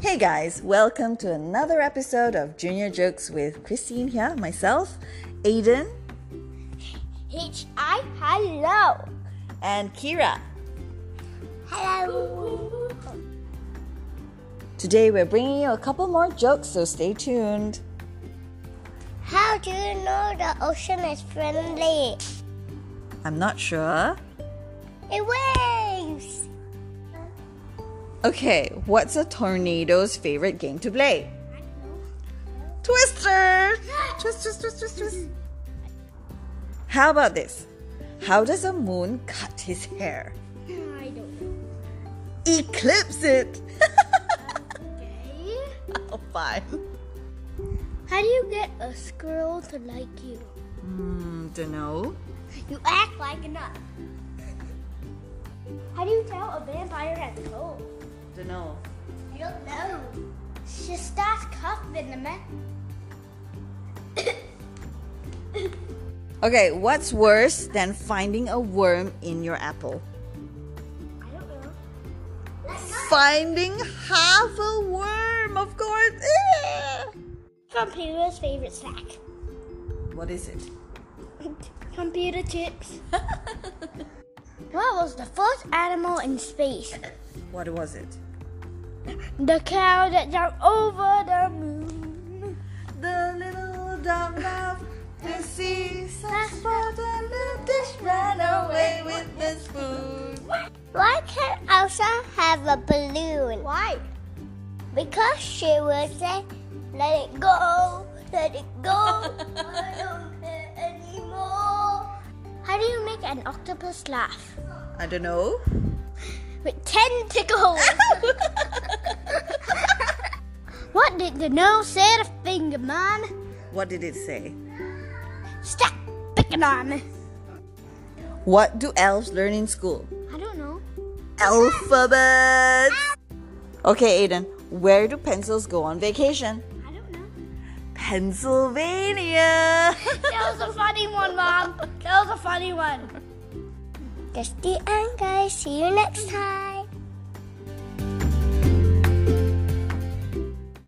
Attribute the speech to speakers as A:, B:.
A: Hey guys, welcome to another episode of Junior Jokes with Christine here, myself, Aiden,
B: H I hello.
A: and Kira.
B: Hello.
A: Today we're bringing you a couple more jokes, so stay tuned.
B: How do you know the ocean is friendly?
A: I'm not sure.
B: It waves.
A: Okay, what's a tornado's favorite game to play? Twister! Twist, twist, twist, twist, twist. How about this? How does a moon cut his hair?
B: I don't know.
A: Eclipse it!
B: Okay.
A: oh, fine.
B: How do you get a squirrel to like you?
A: Hmm, dunno.
B: You act like enough. How do you tell a vampire has a cold?
A: Dunno.
B: You don't know. She starts coughing the man.
A: Okay, what's worse than finding a worm in your apple?
B: I don't know.
A: Finding half a worm, of course. Eh!
B: From Peter's favorite snack.
A: What is it?
B: Computer chips. what was the first animal in space?
A: What was it?
B: The cow that jumped over the moon.
A: The little dog of the sea such bottom dish ran away with the spoon.
B: Why can't Elsa have a balloon? Why? Because she will say, let it go, let it go. I don't care anymore. How do you make an octopus laugh?
A: I don't know.
B: With tentacles. what did the nose say to finger mom?
A: What did it say?
B: Stop picking on me.
A: What do elves learn in school?
B: I don't know.
A: Alphabet. Okay, Aiden, where do pencils go on vacation?
B: I don't know.
A: Pennsylvania.
B: That was a funny one, Mom. That was a funny one. That's the end, guys. See you next time.